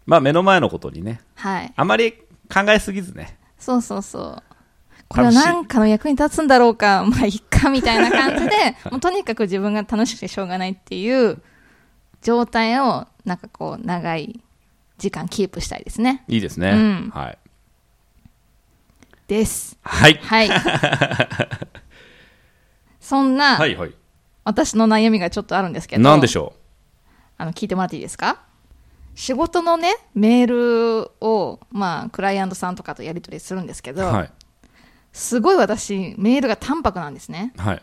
Speaker 1: まあ目の前のことにね
Speaker 2: はい。
Speaker 1: あまり考えすぎずね
Speaker 2: そうそうそう。これは何かの役に立つんだろうか、まあ、いっか、みたいな感じで、 もうとにかく自分が楽しくてしょうがないっていう状態を、なんかこう、長い時間キープしたいですね。
Speaker 1: いいですね、
Speaker 2: うん
Speaker 1: はい、
Speaker 2: です。
Speaker 1: はい、
Speaker 2: はい。 そんな、
Speaker 1: はいはい
Speaker 2: 私の悩みがちょっとあるんですけど、
Speaker 1: なんでしょ
Speaker 2: あの聞いてもらっていいですか仕事のね、メールを、まあ、クライアントさんとかとやり取りするんですけ
Speaker 1: う
Speaker 2: ど、
Speaker 1: は
Speaker 2: すごい私、メールが淡白なんですね。
Speaker 1: いはい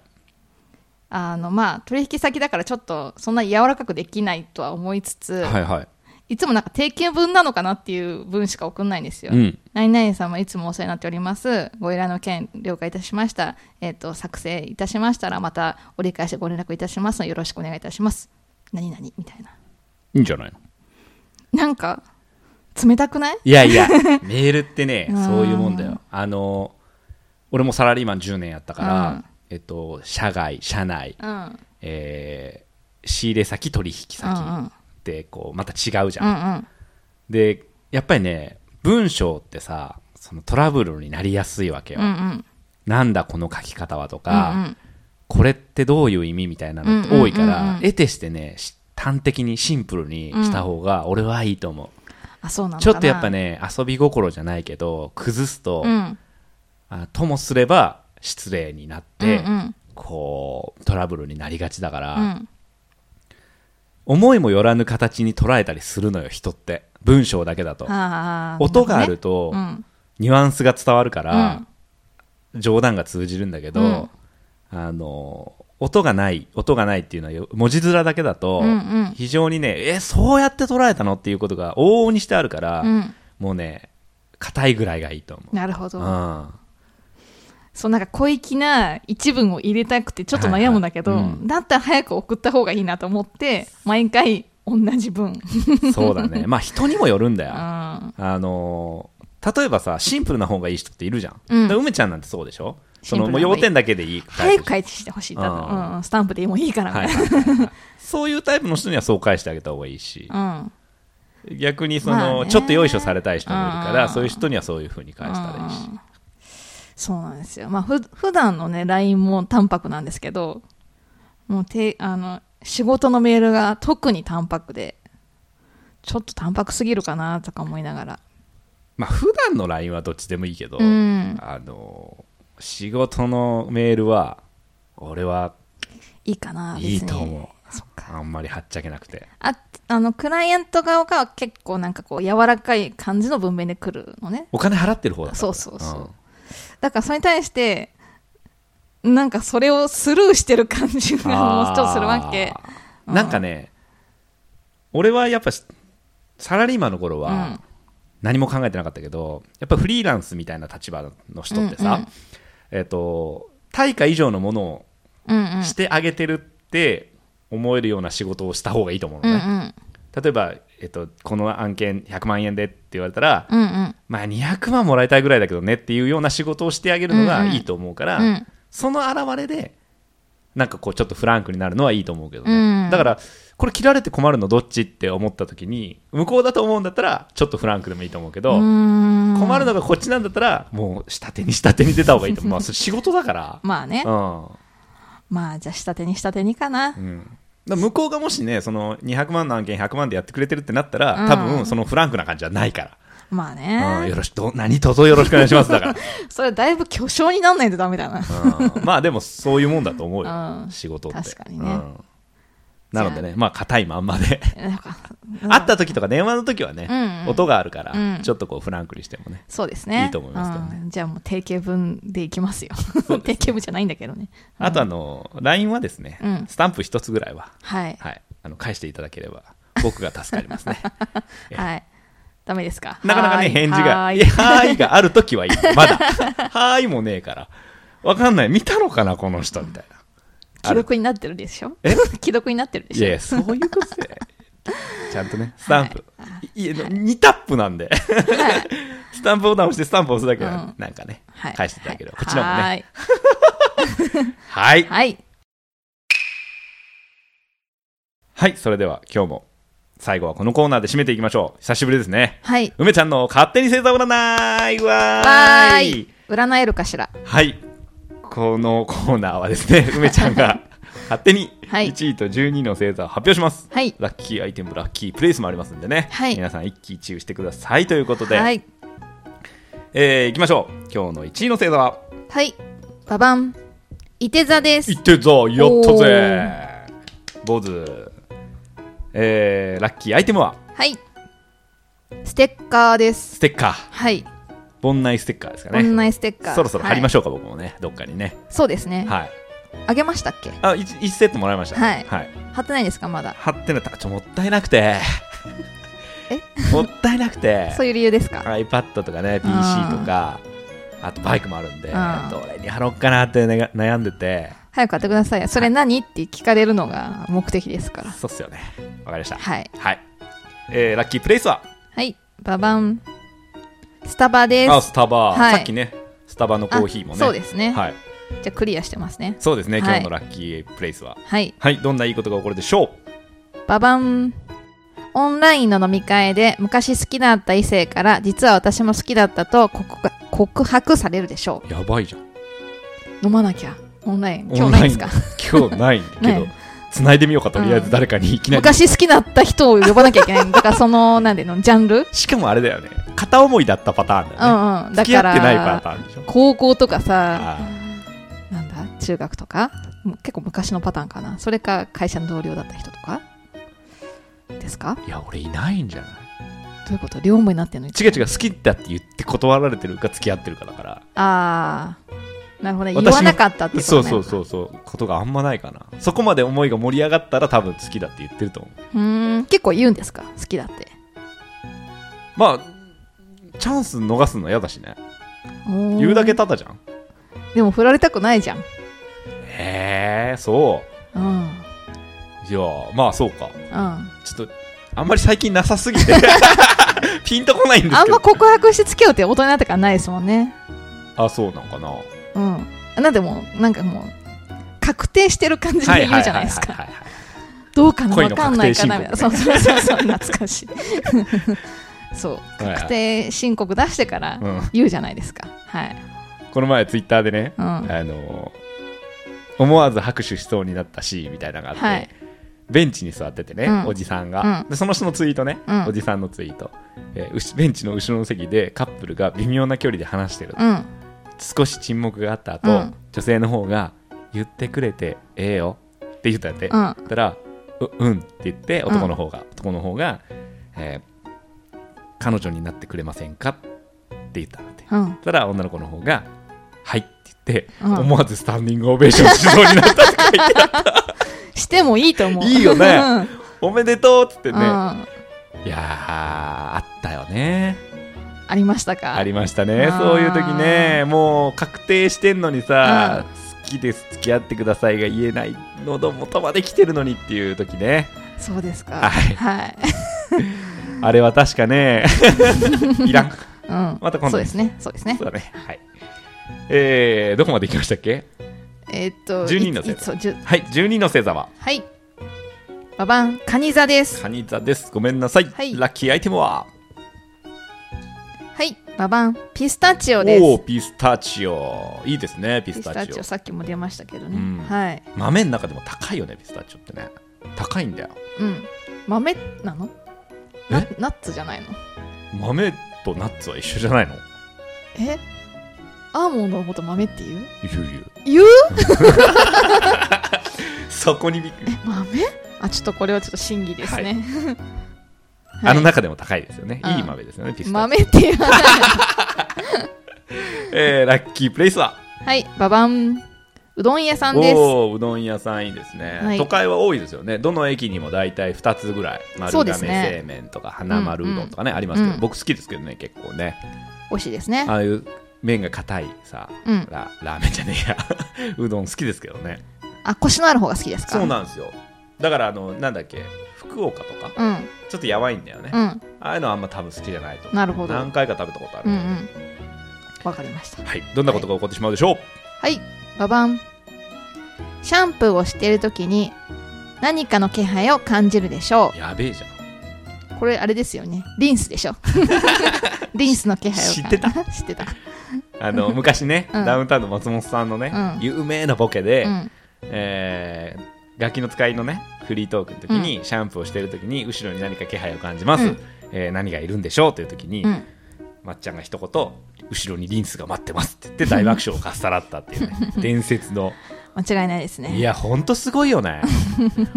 Speaker 2: あのまあ取引先だからちょっとそんな柔らかくできないとは思いつつ、
Speaker 1: はいはい
Speaker 2: い、つもなんか定型文なのかなっていう文しか送んないんですよ。
Speaker 1: うん
Speaker 2: 何々様いつもお世話になっております。ご依頼の件了解いたしました。えっ、と作成いたしましたらまた折り返しご連絡いたしますのでよろしくお願いいたします。何々みたいな。
Speaker 1: いいんじゃないの
Speaker 2: なんか冷たくない？
Speaker 1: いやいや メールってね
Speaker 2: うん
Speaker 1: そういうもんだよあの俺もサラリーマン10年やったから、
Speaker 2: うん
Speaker 1: えっと社外社内
Speaker 2: うん。うん
Speaker 1: えー仕入れ先取引
Speaker 2: うんうん
Speaker 1: 先ってこうまた違うじゃ、
Speaker 2: うんん。
Speaker 1: でやっぱりね文章ってさそのトラブルになりやすいわけよ、
Speaker 2: うんうん。
Speaker 1: なんだこの書き方はとか、
Speaker 2: うんうん。
Speaker 1: これってどういう意味みたいなのって多いから、
Speaker 2: うんうんうんうん
Speaker 1: 得てしてねし端的にシンプルにした方が俺はいいと思う、
Speaker 2: あそうなのかな。
Speaker 1: ちょっとやっぱ。ね遊び心じゃないけど崩すと、
Speaker 2: うん。
Speaker 1: あともすれば失礼になって、
Speaker 2: うんうん
Speaker 1: こうトラブルになりがちだから、
Speaker 2: うん。
Speaker 1: 思いもよらぬ形に捉えたりするのよ人って文章だけだと
Speaker 2: あー
Speaker 1: 音がある。
Speaker 2: な
Speaker 1: と、
Speaker 2: ほどね
Speaker 1: ニュアンスが伝わるから、冗談が通じるんだけど、
Speaker 2: うん
Speaker 1: あの音がない音がないっていうのはよ文字面だけだと、
Speaker 2: うんうん
Speaker 1: 非常にねえそうやって捉えたのっていうことが往々にしてあるから、
Speaker 2: うん。うん。
Speaker 1: もうね硬いぐらいがいいと思う、
Speaker 2: なるほど。
Speaker 1: うん、
Speaker 2: そうなんか小粋な一文を入れたくてちょっと悩むんだけど、
Speaker 1: はいはいうん
Speaker 2: だったら早く送った方がいいなと思って毎回同じ文、
Speaker 1: そうだねまあ人にもよるんだよ、
Speaker 2: うん、
Speaker 1: あのー例えばさシンプルな方がいい人っているじゃん、
Speaker 2: うん
Speaker 1: で梅ちゃんなんてそうでしょその
Speaker 2: シン
Speaker 1: も
Speaker 2: プ
Speaker 1: う
Speaker 2: ルな方がいい
Speaker 1: 要点だけでいいタイ
Speaker 2: 早
Speaker 1: プでしょ
Speaker 2: く返してほしい多分
Speaker 1: あー
Speaker 2: うん、スタンプでもいいからみた
Speaker 1: はい
Speaker 2: い
Speaker 1: はいはいはいそういうタイプの人にはそう返してあげた方がいいし、
Speaker 2: な、うん
Speaker 1: 逆にその、
Speaker 2: まあね
Speaker 1: ちょっとよいしょされたい人もいるから、
Speaker 2: うん
Speaker 1: そういう人にはそういうふうに返したらいいし、
Speaker 2: そうなんですよまあふ普段のね LINE も淡白なんですけどもうてあの仕事のメールが特に淡白でちょっと淡白すぎるかなとか思いながら
Speaker 1: まあ普段の LINE はどっちでもいいけど、
Speaker 2: うん
Speaker 1: あの仕事のメールは俺はい
Speaker 2: いかな別に
Speaker 1: いいと思う
Speaker 2: そっか
Speaker 1: あんまりはっちゃけなくて
Speaker 2: ああのクライアント側が結構なんかこう柔らかい感じの文面で来るのね
Speaker 1: お金払ってる方だ
Speaker 2: そうそうそう、
Speaker 1: うん
Speaker 2: だからそれに対してなんかそれをスルーしてる感じ がもうちょっとするわけ
Speaker 1: あーなんかね、俺はやっぱしサラリーマンの頃
Speaker 2: う
Speaker 1: は
Speaker 2: ん
Speaker 1: 何も考えてなかったけど、やっぱフリーランスみたいな立場の人ってさ、
Speaker 2: うんうん
Speaker 1: えっ、と対価以上のものを
Speaker 2: うんうん
Speaker 1: してあげてるって思えるような仕事をした方がいいと思うの
Speaker 2: う
Speaker 1: ね、
Speaker 2: んうん
Speaker 1: 例えば、えっと、この案件100万円でって言われたら、
Speaker 2: うんうん
Speaker 1: まあ、200万もらいたいぐらいだけどねっていうような仕事をしてあげるの
Speaker 2: う
Speaker 1: が
Speaker 2: んうん
Speaker 1: いいと思うから、
Speaker 2: うん
Speaker 1: その表れでなんかこうちょっとフランクになるのはいいと思うけどね、
Speaker 2: うん
Speaker 1: だからこれ切られて困るのどっちって思った時に向こうだと思うんだったらちょっとフランクでもいいと思うけど、
Speaker 2: うん
Speaker 1: 困るのがこっちなんだったらもう下手に下手に出た方がいいと 思うまあそれ仕事だから、
Speaker 2: まあね
Speaker 1: うん
Speaker 2: まあじゃあ下手に下手にかな
Speaker 1: うん、だから向こうがもしねその200万の案件100万でやってくれてるってなったら、
Speaker 2: うん
Speaker 1: 多分そのフランクな感じはないか
Speaker 2: ま
Speaker 1: ら、
Speaker 2: あ
Speaker 1: うん、
Speaker 2: ね
Speaker 1: よろしくどう何とぞよろしくお願いしますだか
Speaker 2: それだいぶ巨匠になんないとダメだな
Speaker 1: ら、うん、まあでもそういうもんだと思うよ、
Speaker 2: うん
Speaker 1: 仕事って
Speaker 2: 確かにね
Speaker 1: うんなのでねまあ硬いまんまで
Speaker 2: なんか
Speaker 1: 会った時とか電話の時はね、
Speaker 2: うんうん
Speaker 1: 音があるから、
Speaker 2: うん
Speaker 1: ちょっとこうフランクにしてもね
Speaker 2: そうですね
Speaker 1: いいと思いますけどね
Speaker 2: うんじゃあもう定型文でいきますよ 定型文じゃないんだけどね
Speaker 1: あとあの LINE はですね、
Speaker 2: うん
Speaker 1: スタンプ一つぐらいは、
Speaker 2: はい
Speaker 1: はい、あの返していただければ僕が助かりますねえ
Speaker 2: はいダメですか
Speaker 1: なかなか
Speaker 2: はー
Speaker 1: ね、
Speaker 2: い
Speaker 1: 返事が、
Speaker 2: はー
Speaker 1: い
Speaker 2: い
Speaker 1: やはーいがあるときはいい。まだ。 はーいもねえから。わかんない。見たのかな、この人、みたいな。あ
Speaker 2: 既
Speaker 1: る
Speaker 2: 読になってるでしょ
Speaker 1: え
Speaker 2: 既読になってるで
Speaker 1: い
Speaker 2: しょ
Speaker 1: やいや、そういうこと で。ちゃんとね、スタンプ。い、や、2タップなん で。スタンプボタン押してスタンプ押すだけなんで、
Speaker 2: う
Speaker 1: なんかね、
Speaker 2: はい
Speaker 1: 返していただければ。こっちのも
Speaker 2: は
Speaker 1: ね。
Speaker 2: ーい
Speaker 1: はい。
Speaker 2: はい
Speaker 1: はい、それでは今日も最後はこのコーナーで締めていきましょう。久しぶりですね。
Speaker 2: はい
Speaker 1: 梅ちゃんの勝手に星座占いわ
Speaker 2: は
Speaker 1: ー
Speaker 2: ー
Speaker 1: い
Speaker 2: い占えるかしら
Speaker 1: はい。このコーナーはです ね、梅ちゃんが勝手に
Speaker 2: はい
Speaker 1: 1位と12位の星座を発表します。
Speaker 2: はい
Speaker 1: ラッキーアイテム、ラッキープレイスもありますんでね。
Speaker 2: はい
Speaker 1: 皆さん一喜一憂してくださいということで、
Speaker 2: はい
Speaker 1: えー、いきましょう。今日の1位の星座は、
Speaker 2: はいババンいて座です
Speaker 1: いってざ、やった
Speaker 2: お
Speaker 1: ぜ坊主。えー、ラッキーアイテムは、
Speaker 2: はいステッカーです
Speaker 1: ステッカー。
Speaker 2: はい
Speaker 1: ボンナイステッカーですか
Speaker 2: オン
Speaker 1: ね。
Speaker 2: ラインステッカー
Speaker 1: そろそろ貼りま
Speaker 2: し
Speaker 1: しょうか、僕もね、どっかにね。
Speaker 2: ょうそうですね
Speaker 1: はい。
Speaker 2: あげましたっけ
Speaker 1: あ、1, 一セットもらいました。
Speaker 2: はい
Speaker 1: はい
Speaker 2: 貼ってないですかまだ
Speaker 1: 貼ってなかったちょもったいなくて
Speaker 2: え
Speaker 1: もったいなくて
Speaker 2: そういう理由ですか
Speaker 1: iPad とかね PC とかあとバイクもあるんで
Speaker 2: うん
Speaker 1: どれに貼ろうかなってね悩んでて
Speaker 2: 早く買ってくださいそれ何って聞かれるのが目的ですから
Speaker 1: そうっすよねわかりました
Speaker 2: はい
Speaker 1: はいえーラッキープレイスは
Speaker 2: はいババンスタバです
Speaker 1: あスタバ
Speaker 2: はい
Speaker 1: さっきねスタバのコーヒーもね
Speaker 2: あそうですね、
Speaker 1: はい
Speaker 2: じゃあクリアしてますね
Speaker 1: そうですね
Speaker 2: はい
Speaker 1: 今日のラッキープレイスは
Speaker 2: はい
Speaker 1: はいどんないいことが起こるでしょう
Speaker 2: ババンオンラインの飲み会で昔好きだった異性から実は私も好きだったと告白告白されるでしょ
Speaker 1: やばいじゃん
Speaker 2: う飲まなきゃオンライン今
Speaker 1: オ
Speaker 2: 日
Speaker 1: ン
Speaker 2: な
Speaker 1: ライ
Speaker 2: いで
Speaker 1: ン
Speaker 2: すか
Speaker 1: 今日ないけど
Speaker 2: ね
Speaker 1: 繋いでみようかとりあえず誰かにいきなり
Speaker 2: 昔好きだった人を呼ばなきゃいけないだからそのなんでのジャンル、
Speaker 1: しかもあれだよね片思いだったパターンだよ
Speaker 2: う
Speaker 1: ね
Speaker 2: んうんだ
Speaker 1: 付き合
Speaker 2: か
Speaker 1: ってないパ
Speaker 2: ら
Speaker 1: ターンでしょ
Speaker 2: 高校とかさ
Speaker 1: あ
Speaker 2: なんだ中学とかもう結構昔のパターンかなそれか会社の同僚だった人とかですか
Speaker 1: ーいや俺いないんじゃない
Speaker 2: どういうこと両思いになってんのに
Speaker 1: 違う違う好きだって言って断られてるか付き合ってるかだから
Speaker 2: ああなるほどね
Speaker 1: 私
Speaker 2: 言
Speaker 1: の
Speaker 2: わなかったってことね
Speaker 1: そうそうそうそうことがあんまないかなそこまで思いが盛り上がったら多分好きだって言ってると思う
Speaker 2: うーん結構言うんですか好きだって
Speaker 1: まあチャンス逃すの嫌だしね言
Speaker 2: 言
Speaker 1: うだけただじゃん
Speaker 2: でも振られたくないじゃん
Speaker 1: へえそ
Speaker 2: うん
Speaker 1: ういやまあそうか
Speaker 2: うん、あ
Speaker 1: ちょっとあんまり最近なさすぎ てピンとこないんです
Speaker 2: ん
Speaker 1: け
Speaker 2: ま
Speaker 1: ど
Speaker 2: 告白して付き合うって大人になってからないですもんね
Speaker 1: あそうなんかなは
Speaker 2: うんなんでもうなんかもう確定してる感じで言うじゃないですか
Speaker 1: いはい
Speaker 2: どうかな
Speaker 1: 恋
Speaker 2: わ
Speaker 1: の
Speaker 2: かんないかなみたいな
Speaker 1: 確
Speaker 2: そうそうそうそう懐 かしいそう
Speaker 1: はい
Speaker 2: 確定申告出してから
Speaker 1: うん
Speaker 2: 言うじゃないですかはい、
Speaker 1: この前ツイッターでね、
Speaker 2: うん
Speaker 1: あの思わず拍手しそうになったシーンみたいなのがあって、
Speaker 2: はい
Speaker 1: ベンチに座っててね、
Speaker 2: うん
Speaker 1: おじさんが、
Speaker 2: うん
Speaker 1: でその人のツイートね、
Speaker 2: うん
Speaker 1: おじさんのツイート、えーうしベンチの後ろの席でカップルが微妙な距離で話してる、
Speaker 2: うん
Speaker 1: 少し沈黙があった後、
Speaker 2: うん
Speaker 1: 女性の方が「言ってくれてええよ」って言ったんやって、
Speaker 2: うん
Speaker 1: そしたら「ううん」って言って男の方が、男の方が、えー彼女になってくれませんか?」って言ったんだって。
Speaker 2: うん
Speaker 1: そしたら女の子の方が「はい」って言って、
Speaker 2: うん
Speaker 1: 思わずスタンディングオベーションしそうになった って書いてある
Speaker 2: してもいいと思う
Speaker 1: い
Speaker 2: い
Speaker 1: いよねおめでとうっつってね、
Speaker 2: うん
Speaker 1: いやーあったよね
Speaker 2: ありましたか
Speaker 1: ありましたね
Speaker 2: あー
Speaker 1: そういう時ねもう確定してんのにさ、好きです付き合ってくださいが言えない喉元まで来てるのにっていう時ね
Speaker 2: そうですか
Speaker 1: はい
Speaker 2: はい、
Speaker 1: あれは確か ねいらん
Speaker 2: うん、
Speaker 1: また今度
Speaker 2: そうですねそうですね
Speaker 1: そうだねはいえー、どこまで行きましたっけ
Speaker 2: えーっと
Speaker 1: 12のせ
Speaker 2: い
Speaker 1: い
Speaker 2: いそうじゅ
Speaker 1: はい12の星座は
Speaker 2: はいババンカニ座です
Speaker 1: カニ座ですごめんなさい、
Speaker 2: はい
Speaker 1: ラッキーアイテムは
Speaker 2: はいババンピスタチオです
Speaker 1: おおーピスタチオいいですねピス
Speaker 2: ピス
Speaker 1: タ
Speaker 2: タ
Speaker 1: チオ
Speaker 2: チオさっきも出ましたけどね、
Speaker 1: うん
Speaker 2: はい、
Speaker 1: 豆の中でも高いよねピスタチオってね高いんだよ
Speaker 2: うん、豆なのな
Speaker 1: え
Speaker 2: ナッツじゃないの
Speaker 1: 豆とナッツは一緒じゃないの
Speaker 2: えアーモンドのこと豆って言う
Speaker 1: ゆうゆう
Speaker 2: 言う
Speaker 1: そこにびっくり、
Speaker 2: 豆あちょっとこれはちょっと真偽ですね、はい
Speaker 1: あの中でも高いですよね、
Speaker 2: うん
Speaker 1: いい豆ですよねピスタチオ
Speaker 2: 豆って言わ ない
Speaker 1: えーラッキープレイスは
Speaker 2: はいババンうどん屋さんです
Speaker 1: おおうどん屋さんいいですね、
Speaker 2: はい
Speaker 1: 都会は多いですよねどの駅にも大体2つぐらい丸
Speaker 2: そう
Speaker 1: 亀
Speaker 2: ですね
Speaker 1: 製麺とか花丸うどんとかね、ありますけど、
Speaker 2: うん
Speaker 1: 僕好きですけどね結構ね
Speaker 2: 美味しいですね
Speaker 1: ああいう麺が硬いさ
Speaker 2: うん
Speaker 1: ララーメンじゃねえや うどん好きですけどね
Speaker 2: あコシのある方が好きですか
Speaker 1: そうなんですよだからあのなんだっけ福岡とか
Speaker 2: うん
Speaker 1: ちょっとやばいんだよね、
Speaker 2: う
Speaker 1: あ
Speaker 2: ん
Speaker 1: あいうのはあんま多分好きじゃないと思う
Speaker 2: なるほど
Speaker 1: 何回か食べたことある、
Speaker 2: うんうんわかりました
Speaker 1: はいどんなことが起こってしまうでしょう、
Speaker 2: はいババンシャンプーをしている時に何かの気配を感じるでしょ
Speaker 1: やべえじゃん
Speaker 2: うこれあれですよねリンスで しょリンスの気配を
Speaker 1: 知ってた
Speaker 2: 知ってた
Speaker 1: あの昔ね、
Speaker 2: うん
Speaker 1: ダウンタウンの松本さんのね、
Speaker 2: うん
Speaker 1: 有名なボケで、
Speaker 2: うん
Speaker 1: えー楽器の使いのねフリートークの時に、シャンプーをしてる時に後ろに何か気配を感じます、
Speaker 2: うん
Speaker 1: えー何がいるんでしょうという時に、
Speaker 2: うん
Speaker 1: まっちゃんが一言後ろにリンスが待ってますって言って大爆笑をかっさらったっていうね 伝説の
Speaker 2: 間違いないですね
Speaker 1: いやほんとすごいよね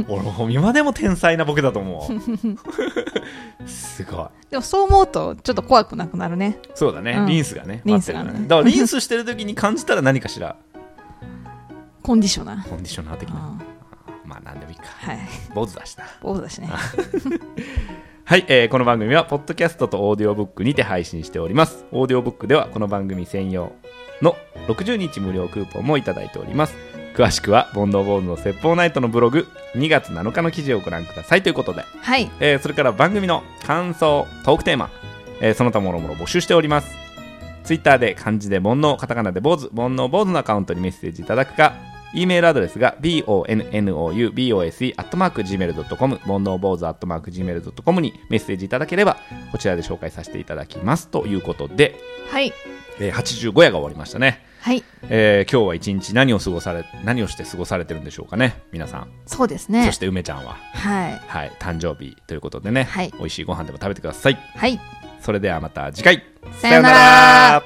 Speaker 1: 俺も今でも天才なボケだと思うすごい
Speaker 2: でもそう思うとちょっと怖くなくなるね
Speaker 1: そうだね、
Speaker 2: うん
Speaker 1: リンスがね
Speaker 2: リ
Speaker 1: 待ってる
Speaker 2: ンスが
Speaker 1: か
Speaker 2: ね
Speaker 1: らねだからリンスしてる時に感じたら何かしら
Speaker 2: コンディショナー
Speaker 1: コンディショナー的な
Speaker 2: あ
Speaker 1: まあ何でもいいか
Speaker 2: ーはい
Speaker 1: 坊主だしな
Speaker 2: 坊主だしね
Speaker 1: はい、えーこの番組はポッドキャストとオーディオブックにて配信しておりますオーディオブックではこの番組専用の60日無料クーポンもいただいております詳しくはボンドボーズの説法ナイトのブログ2月7日の記事をご覧くださいということで、
Speaker 2: はい
Speaker 1: えーそれから番組の感想トークテーマ、えーその他もろもろ募集しておりますツイッターで漢字で煩悩カタカナで坊主煩悩坊主のアカウントにメッセージいただくか E メールアドレスが bonoubose.gmail.com 煩悩坊主 .gmail.com にメッセージいただければこちらで紹介させていただきますということで、
Speaker 2: はい
Speaker 1: えー85夜が終わりましたね、
Speaker 2: はい
Speaker 1: えー今日は一日何を過ごされ何をして過ごされてるんでしょうかね皆さん、
Speaker 2: そうですね
Speaker 1: そして梅ちゃんは、
Speaker 2: はい
Speaker 1: はい、誕生日ということでね、
Speaker 2: はい
Speaker 1: 美味しいご飯でも食べてください
Speaker 2: はい
Speaker 1: それではまた次回
Speaker 2: さよなら